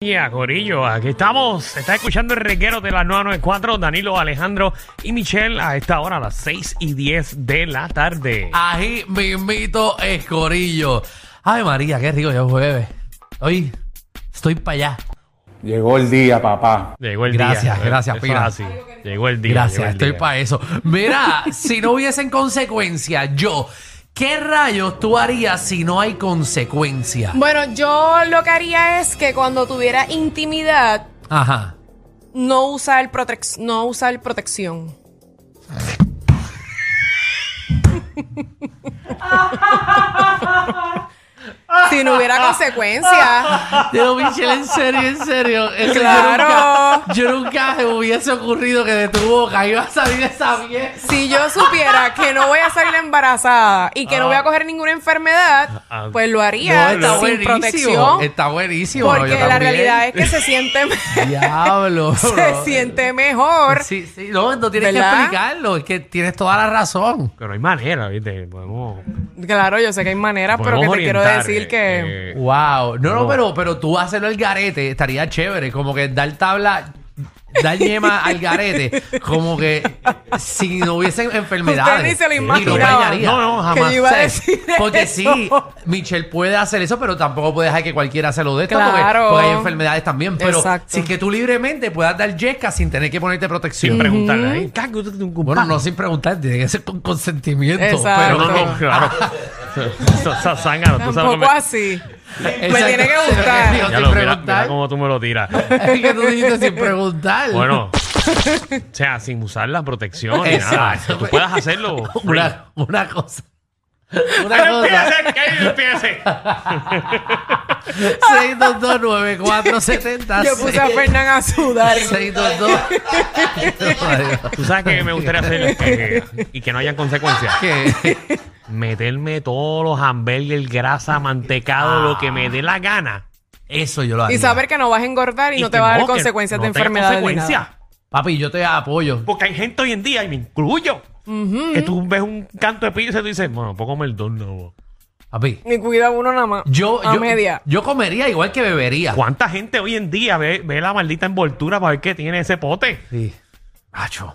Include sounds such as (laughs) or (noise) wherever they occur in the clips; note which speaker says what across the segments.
Speaker 1: Ya, Corillo, aquí estamos. Se está escuchando el reguero de la 994, Danilo, Alejandro y Michelle a esta hora, a las 6 y 10 de la tarde.
Speaker 2: Ahí mismito escorillo. Ay, María, qué rico ya es jueves. Hoy estoy para allá.
Speaker 3: Llegó el día, papá.
Speaker 1: Llegó el día.
Speaker 2: Gracias, gracias,
Speaker 1: Eso
Speaker 2: Pira.
Speaker 1: es así. Llegó el día. llegó
Speaker 2: Gracias,
Speaker 1: el
Speaker 2: estoy
Speaker 1: día.
Speaker 2: para eso.
Speaker 1: (laughs)
Speaker 2: Mira, si no hubiesen consecuencias, yo, ¿qué rayos tú harías si no hay consecuencia?
Speaker 4: Bueno, yo lo que haría es que cuando tuviera intimidad,
Speaker 2: Ajá.
Speaker 4: no usar, protex- no usar protección. si no hubiera consecuencia.
Speaker 2: Pero Michelle, en serio, en serio. Es que
Speaker 4: Claro.
Speaker 2: Yo nunca, yo nunca me hubiese ocurrido que de tu boca iba a salir esa mierda.
Speaker 4: Si yo supiera que no voy a salir embarazada y que no voy a coger ninguna enfermedad,
Speaker 1: Ah.
Speaker 4: pues lo
Speaker 2: Ah. No,
Speaker 4: haría
Speaker 2: está
Speaker 4: sin
Speaker 2: buenísimo.
Speaker 4: protección.
Speaker 2: Está buenísimo. no,
Speaker 4: Porque
Speaker 2: yo
Speaker 4: la
Speaker 2: también.
Speaker 4: realidad es que se siente,
Speaker 2: (laughs) Diablo.
Speaker 4: (laughs) se
Speaker 2: bro.
Speaker 4: siente mejor.
Speaker 2: Sí, sí, no, no tienes
Speaker 4: ¿Verdad?
Speaker 2: que explicarlo, es que tienes toda la razón.
Speaker 1: Pero no hay manera, ¿viste? Podemos.
Speaker 4: Claro, yo sé que hay maneras, pero
Speaker 1: podemos
Speaker 4: que te quiero
Speaker 1: orientar,
Speaker 4: decir
Speaker 1: eh,
Speaker 4: que
Speaker 1: eh,
Speaker 2: Wow. No, no, pero, pero tú hacerlo al garete estaría chévere, como que dar tabla, dar
Speaker 4: (laughs)
Speaker 2: yema al garete, como que si no hubiesen enfermedades.
Speaker 4: Usted ni se lo
Speaker 2: Y
Speaker 4: imaginaba.
Speaker 2: preñaría.
Speaker 1: No, no, jamás.
Speaker 4: Que yo iba
Speaker 2: O
Speaker 4: a
Speaker 2: sea,
Speaker 4: decir
Speaker 2: porque
Speaker 4: eso. (laughs)
Speaker 2: sí, Michelle puede hacer eso, pero tampoco puede dejar que cualquiera se lo dé. esto,
Speaker 4: Claro.
Speaker 2: Porque, porque hay enfermedades también. Pero
Speaker 4: Exacto.
Speaker 2: sin que tú libremente puedas dar yesca sin tener que ponerte protección.
Speaker 1: sin preguntarle ahí. "Caco, tú- tú- tú-
Speaker 2: Bueno,
Speaker 1: pa".
Speaker 2: no sin preguntar, tiene que ser con consentimiento.
Speaker 4: Exacto.
Speaker 2: Pero
Speaker 1: No, no, (laughs) claro. Esa- Esa zángano, tú sabes
Speaker 4: tampoco
Speaker 1: lo que me-
Speaker 4: así.
Speaker 2: Exacto.
Speaker 4: tiene que gustar.
Speaker 2: Digo,
Speaker 1: Ya
Speaker 2: sin
Speaker 1: lo, mira, mira
Speaker 2: preguntar.
Speaker 1: cómo tú me lo tiras.
Speaker 2: (laughs) Es que tú dijiste sin preguntar.
Speaker 4: (laughs)
Speaker 1: Bueno, o sea, sin usar la protección ni nada.
Speaker 2: Exacto.
Speaker 1: Que tú puedas
Speaker 2: (laughs)
Speaker 1: hacerlo.
Speaker 2: una, una cosa.
Speaker 1: Que
Speaker 2: Una
Speaker 1: no
Speaker 2: cosa.
Speaker 1: empiece, que no empiece.
Speaker 2: 6229470.
Speaker 4: Yo puse a Fernán a sudar.
Speaker 2: 622.
Speaker 1: Tú sabes que me gustaría hacer eh, y que no hayan consecuencias.
Speaker 2: ¿Qué?
Speaker 1: Meterme todos los hamburgues, grasa, mantecado, lo que me dé la gana.
Speaker 2: Eso yo lo haría.
Speaker 4: Y saber que no vas a engordar y, no
Speaker 1: que
Speaker 4: te va a dar
Speaker 1: que
Speaker 4: consecuencias
Speaker 1: no
Speaker 4: de
Speaker 1: tenga
Speaker 4: enfermedad.
Speaker 1: consecuencias.
Speaker 2: Papi, yo te apoyo.
Speaker 1: Porque hay gente hoy en día, y me incluyo, que tú ves un canto de pizza y tú dices, bueno, puedo comer dos nuevos.
Speaker 2: Papi.
Speaker 4: Ni cuida uno nada más.
Speaker 2: Yo,
Speaker 4: a
Speaker 2: yo,
Speaker 4: media.
Speaker 2: yo comería igual que bebería.
Speaker 1: ¿Cuánta gente hoy en día ve, ve la maldita envoltura para ver qué tiene ese pote?
Speaker 2: Sí. Macho.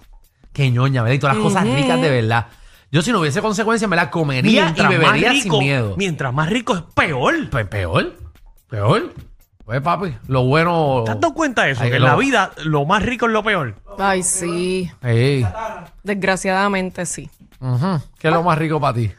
Speaker 2: Qué ñoña, ¿verdad? Y todas las cosas ricas de verdad. Yo si no hubiese consecuencias me las comería y bebería
Speaker 1: rico,
Speaker 2: sin miedo.
Speaker 1: mientras más rico es peor.
Speaker 2: Pues peor. Peor. Pues papi, lo bueno...
Speaker 1: ¿Te has dado cuenta de eso?
Speaker 2: Ay,
Speaker 1: que en
Speaker 2: lo-
Speaker 1: la vida lo más rico es lo peor.
Speaker 4: Ay, sí.
Speaker 2: Ey.
Speaker 4: Desgraciadamente sí.
Speaker 2: Ujú. ¿Qué es lo más rico
Speaker 1: (laughs)
Speaker 2: para ti?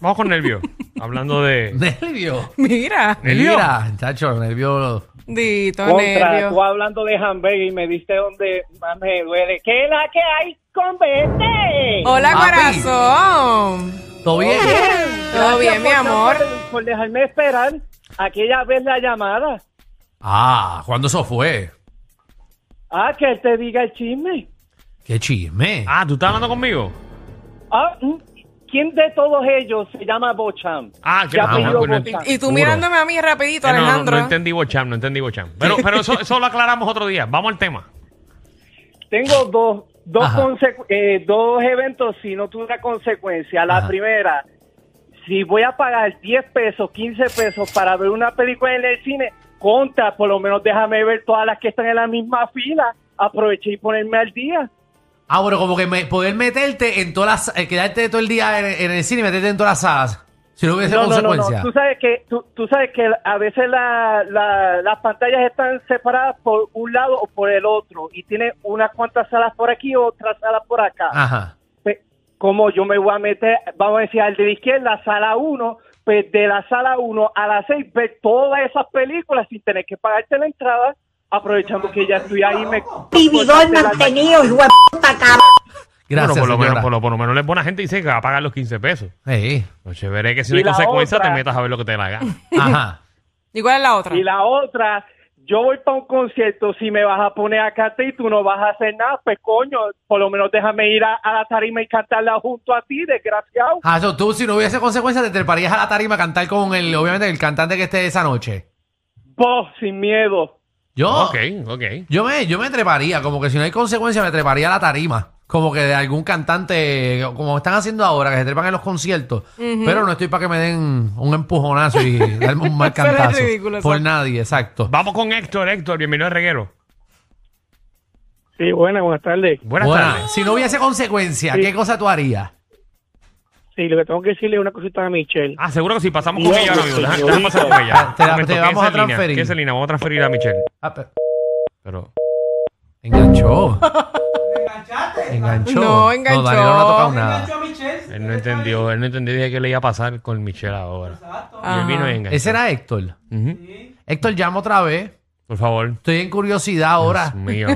Speaker 1: Vamos con
Speaker 2: (laughs)
Speaker 1: nervios. Hablando de...
Speaker 2: Nervio.
Speaker 4: Mira,
Speaker 1: ¿Nervio?
Speaker 2: Mira, chacho, nervio.
Speaker 4: dito
Speaker 5: Contra,
Speaker 4: nervio.
Speaker 5: tú hablando de hamburger y me diste donde más me duele. ¿Qué es la que hay con vete?
Speaker 4: Hola,
Speaker 2: Papi.
Speaker 4: corazón.
Speaker 2: ¿Todo bien?
Speaker 1: Oh.
Speaker 4: Todo bien, mi amor.
Speaker 5: Por dejarme esperar aquella vez la llamada.
Speaker 2: Ah, ¿cuándo eso fue?
Speaker 5: Ah, que él te diga el chisme.
Speaker 2: Qué chisme.
Speaker 1: Ah, ¿tú estás hablando conmigo?
Speaker 5: Ah, mm, ¿quién de todos ellos se llama Bocham?
Speaker 1: Ah, que
Speaker 5: Ya
Speaker 1: no,
Speaker 5: pidió
Speaker 1: no, no,
Speaker 5: Bocham.
Speaker 4: Y tú
Speaker 2: Seguro.
Speaker 4: mirándome a mí rapidito,
Speaker 1: Eh, no, no,
Speaker 4: Alejandro.
Speaker 1: no entendí Bocham, no entendí Bocham. Pero, pero eso, eso lo aclaramos otro día. Vamos al tema.
Speaker 5: Tengo dos, dos,
Speaker 2: Ajá.
Speaker 5: consecu- eh, dos eventos, si no tuve una consecuencia. La
Speaker 2: Ajá.
Speaker 5: primera, si voy a pagar 10 pesos, 15 pesos para ver una película en el cine, contra, por lo menos déjame ver todas las que están en la misma fila. Aproveché y ponerme al día.
Speaker 2: Ah, bueno, como que me- poder meterte en todas las... eh, quedarte todo el día en, en el cine y meterte en todas las salas. Si no hubiese
Speaker 5: No, no, no,
Speaker 2: consecuencia.
Speaker 5: no. Tú sabes que, tú, tú sabes que a veces la- la- las pantallas están separadas por un lado o por el otro y tiene unas cuantas salas por aquí otras salas por acá.
Speaker 2: Ajá.
Speaker 5: pues, como yo me voy a meter, vamos a decir, al de la izquierda, sala 1, pues de la sala 1 a la 6, ver todas esas películas sin tener que pagarte la entrada, aprovechando que ya estoy ahí. Me,
Speaker 6: vividor
Speaker 5: de la-
Speaker 6: mantenido, hijo de puta, cabrón.
Speaker 2: Gracias,
Speaker 1: bueno, por lo, menos,
Speaker 2: señora.
Speaker 1: por, lo, por lo menos es buena gente y dice que va a pagar los 15 pesos. (laughs)
Speaker 2: Ey.
Speaker 1: Lo chévere es que si no
Speaker 5: Y
Speaker 1: hay
Speaker 5: la
Speaker 1: consecuencia
Speaker 5: otra-
Speaker 1: te metas a ver lo que te la haga.
Speaker 2: Ajá.
Speaker 4: ¿Y cuál es la otra?
Speaker 5: y la otra, yo voy para un concierto, si me vas a poner a cantar y tú no vas a hacer nada, pues coño, por lo menos déjame ir a, a la tarima y cantarla junto a ti, desgraciado.
Speaker 2: Ah, eso, tú si no hubiese consecuencia te treparías a la tarima a cantar con el, obviamente, el cantante que esté esa noche.
Speaker 5: Vos, sin miedo.
Speaker 2: Yo,
Speaker 1: Ok, ok.
Speaker 2: yo me, yo me treparía, como que si no hay consecuencia me treparía a la tarima. como que de algún cantante, como están haciendo ahora, que se trepan en los conciertos, pero no estoy para que me den un empujonazo
Speaker 4: (laughs)
Speaker 2: y darme un mal
Speaker 4: Eso era
Speaker 2: cantazo.
Speaker 4: ridículo,
Speaker 2: por
Speaker 4: exacto.
Speaker 2: nadie, exacto.
Speaker 1: Vamos con Héctor, Héctor, bienvenido al reguero.
Speaker 5: Sí, buenas, buenas tardes.
Speaker 1: Buenas
Speaker 2: Buena.
Speaker 1: tardes.
Speaker 2: Si no hubiese consecuencia,
Speaker 5: Sí.
Speaker 2: ¿qué cosa tú harías?
Speaker 5: Sí, lo que tengo que decirle es una cosita a Michelle.
Speaker 1: Ah, seguro que si pasamos con
Speaker 5: Dios,
Speaker 1: ella ahora mismo. Deja- Déjame
Speaker 5: señorita.
Speaker 1: pasar con ella.
Speaker 2: Te la-
Speaker 1: Un momento,
Speaker 2: te
Speaker 1: ¿qué es
Speaker 2: vamos a
Speaker 1: el lina?
Speaker 2: transferir.
Speaker 1: ¿Qué es el lina? Vamos a transferir a Michelle.
Speaker 2: Ah, pe-
Speaker 1: Pero
Speaker 4: (laughs)
Speaker 2: enganchó. Enganchó.
Speaker 4: No, enganchó.
Speaker 2: No, Danilo no ha tocado nada.
Speaker 1: él no entendió, él no entendió dije que le iba a pasar con Michelle ahora. Y él
Speaker 4: Ajá.
Speaker 1: vino y enganchó.
Speaker 2: Ese era Héctor.
Speaker 1: Ujú.
Speaker 2: Héctor, llama otra vez.
Speaker 1: Por favor.
Speaker 2: Estoy en curiosidad ahora.
Speaker 1: Dios mío.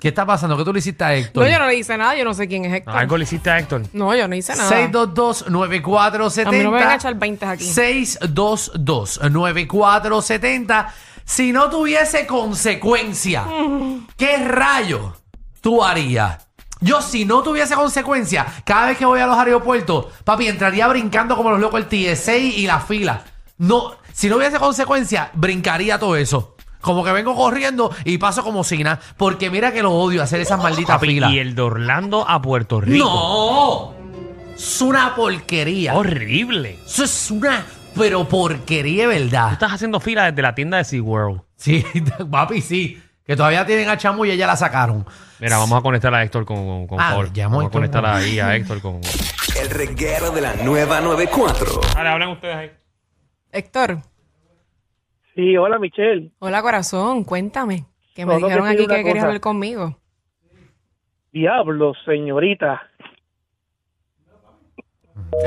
Speaker 2: ¿Qué está pasando? ¿Qué tú le hiciste a Héctor?
Speaker 4: No, yo no le hice nada, yo no sé quién es Héctor.
Speaker 1: Algo le hiciste a Héctor.
Speaker 4: No, yo no hice nada.
Speaker 2: 622-9470.
Speaker 4: A mí no me van a echar 20 aquí.
Speaker 2: 622-9470. Si no tuviese consecuencia,
Speaker 4: Mm.
Speaker 2: ¿qué rayo tú harías? Yo, si no tuviese consecuencia, cada vez que voy a los aeropuertos, papi, entraría brincando como los locos el TSA y la fila. No, si no hubiese consecuencia, brincaría todo eso. Como que vengo corriendo y paso como si nada. Porque mira que lo odio hacer esas malditas
Speaker 1: Oh, Papi,
Speaker 2: filas.
Speaker 1: y el de Orlando a Puerto Rico.
Speaker 2: ¡No! Es una porquería.
Speaker 1: Horrible. Tú
Speaker 2: Eso es una pero porquería, de ¿verdad?
Speaker 1: estás haciendo fila desde la tienda de SeaWorld.
Speaker 2: Sí, (laughs) papi, sí. Que todavía tienen a Chamu y ella la sacaron.
Speaker 1: Mira, vamos a conectar a Héctor con, con, con
Speaker 2: Ah,
Speaker 1: favor.
Speaker 2: llamó
Speaker 1: Vamos a
Speaker 2: Héctor.
Speaker 1: conectar ahí a Héctor con.
Speaker 7: El reguero de la nueva 94.
Speaker 1: Dale, hablen ustedes ahí.
Speaker 4: Héctor,
Speaker 5: Sí, hola, Michelle.
Speaker 4: hola corazón, cuéntame. Que me
Speaker 5: Solo
Speaker 4: dijeron
Speaker 5: decir
Speaker 4: aquí
Speaker 5: una
Speaker 4: que querías
Speaker 5: cosa.
Speaker 4: hablar conmigo.
Speaker 5: Diablo, señorita.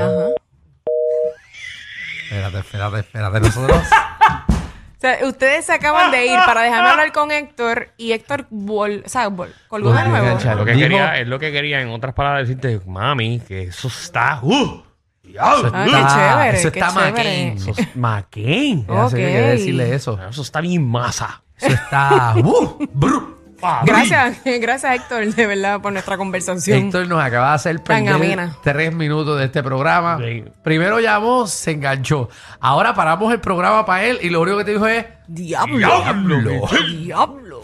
Speaker 4: Ajá.
Speaker 2: Espérate, espérate, espérate. Nosotros.
Speaker 4: (laughs) O sea, ustedes se acaban de ir para dejarme hablar con Héctor y Héctor vol, o sea, vol- colgó de
Speaker 2: Volvió a
Speaker 4: nuevo.
Speaker 2: enganchar.
Speaker 1: Lo que
Speaker 2: Dijo-
Speaker 1: quería, es lo que quería, en otras palabras, decirte, mami, que eso está. ¡Uh! ¡Diablo!
Speaker 4: Ah, qué chévere,
Speaker 2: eso
Speaker 4: qué
Speaker 2: está
Speaker 4: chévere.
Speaker 2: maquín.
Speaker 1: Eso
Speaker 2: (laughs)
Speaker 1: es maquén.
Speaker 4: Ok.
Speaker 2: Sí, quería decirle eso.
Speaker 1: Eso está bien masa.
Speaker 2: Eso (laughs) está. ¡Uh! bru.
Speaker 4: Gracias, (laughs) gracias Héctor, de verdad, por nuestra conversación.
Speaker 2: Héctor nos acaba de hacer
Speaker 4: Tan
Speaker 2: perder
Speaker 4: amena.
Speaker 2: tres minutos de este programa.
Speaker 1: Sí.
Speaker 2: Primero llamó, se enganchó. Ahora paramos el programa para él y lo único que te dijo es.
Speaker 4: Diablo, diablo.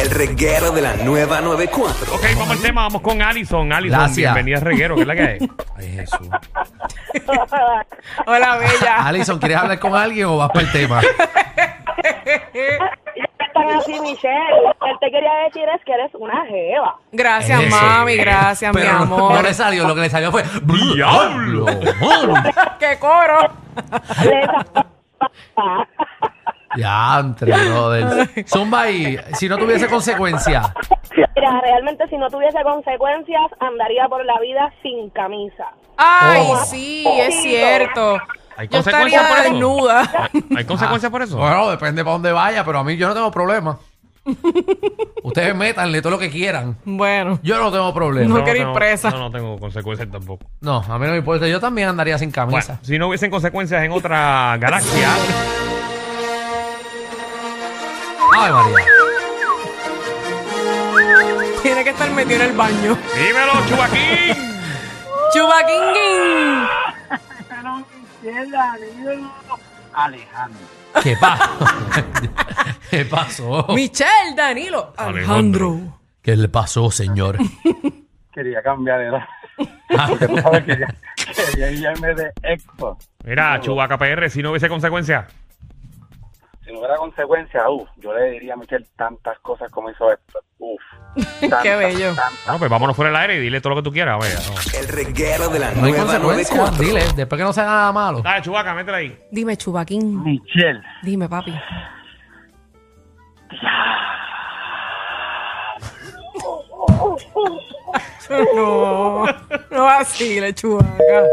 Speaker 7: El reguero de la nueva 94.
Speaker 1: Ok, vamos al tema, vamos con Alison. Alison,
Speaker 2: Gracias.
Speaker 1: bienvenida a Reguero, ¿qué es la que hay?
Speaker 7: Ay, Jesús.
Speaker 4: Hola, bella.
Speaker 2: Alison, ¿quieres hablar con alguien o vas para el (laughs) tema?
Speaker 8: están así, Michelle. Él te quería decir es que eres una jeva.
Speaker 4: Gracias,
Speaker 2: Eso.
Speaker 4: mami, gracias, mi
Speaker 2: Pero no- No
Speaker 4: amor.
Speaker 2: le salió, lo que le salió fue.
Speaker 1: ¡Diablo!
Speaker 2: ¡Diablo!
Speaker 4: ¡Qué coro!
Speaker 2: Ya, entre brother. Zumba ahí, si no tuviese consecuencia.
Speaker 8: Mira, realmente si no tuviese consecuencias, andaría por la vida sin camisa.
Speaker 4: Ay,
Speaker 2: Oh.
Speaker 4: sí, es cierto.
Speaker 1: ¿Hay
Speaker 4: Yo
Speaker 1: consecuencias
Speaker 4: estaría
Speaker 1: por eso?
Speaker 4: desnuda. (laughs)
Speaker 1: ¿Hay, hay consecuencias
Speaker 2: Ah,
Speaker 1: por eso?
Speaker 2: Bueno, depende para dónde vaya, pero a mí yo no tengo problema. Ustedes métanle todo lo que quieran.
Speaker 4: Bueno,
Speaker 2: Yo no tengo problema.
Speaker 4: No quiero ir
Speaker 1: tengo-
Speaker 4: presa.
Speaker 1: No, no tengo consecuencias tampoco.
Speaker 2: No, a mí no me importa. Yo también andaría sin camisa.
Speaker 1: Bueno, si no hubiesen consecuencias en otra galaxia.
Speaker 2: Ay, María.
Speaker 4: tiene que estar metido en el baño.
Speaker 1: ¡Dímelo, Chubaquín!
Speaker 4: ¡Chubaquinguín!
Speaker 2: ¿Qué pasó? ¿Qué pasó?
Speaker 4: Michelle, Danilo,
Speaker 1: Oh. Alejandro.
Speaker 4: Alejandro.
Speaker 2: ¿Qué le pasó, señor?
Speaker 5: Quería cambiar era. Porque tú sabes que ya- (laughs) quería guiarme de Expo.
Speaker 1: Mira, Chubaca PR, si no hubiese consecuencias.
Speaker 5: Si no hubiera consecuencia, uff, yo le diría a Michelle tantas cosas como hizo esto. Uff.
Speaker 4: (laughs) Qué bello.
Speaker 1: Bueno, pues vámonos fuera del aire y dile todo lo que tú quieras. Vaya, no.
Speaker 7: El reguero de la
Speaker 2: No hay
Speaker 7: nueva
Speaker 2: consecuencias,
Speaker 7: 94.
Speaker 2: dile. Después que no sea nada malo.
Speaker 1: Dale, Chubaca, métela ahí. (laughs)
Speaker 4: Dime, Chubaquín.
Speaker 5: Michelle.
Speaker 4: Dime, papi. (laughs) No, no vacile, chubaca.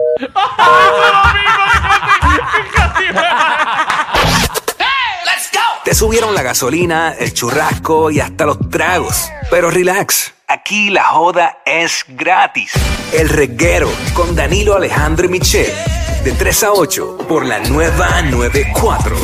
Speaker 7: Te subieron la gasolina, el churrasco y hasta los tragos. Pero relax, aquí la joda es gratis. El reguero con Danilo Alejandro y Michel. De 3 a 8 por la nueva 94.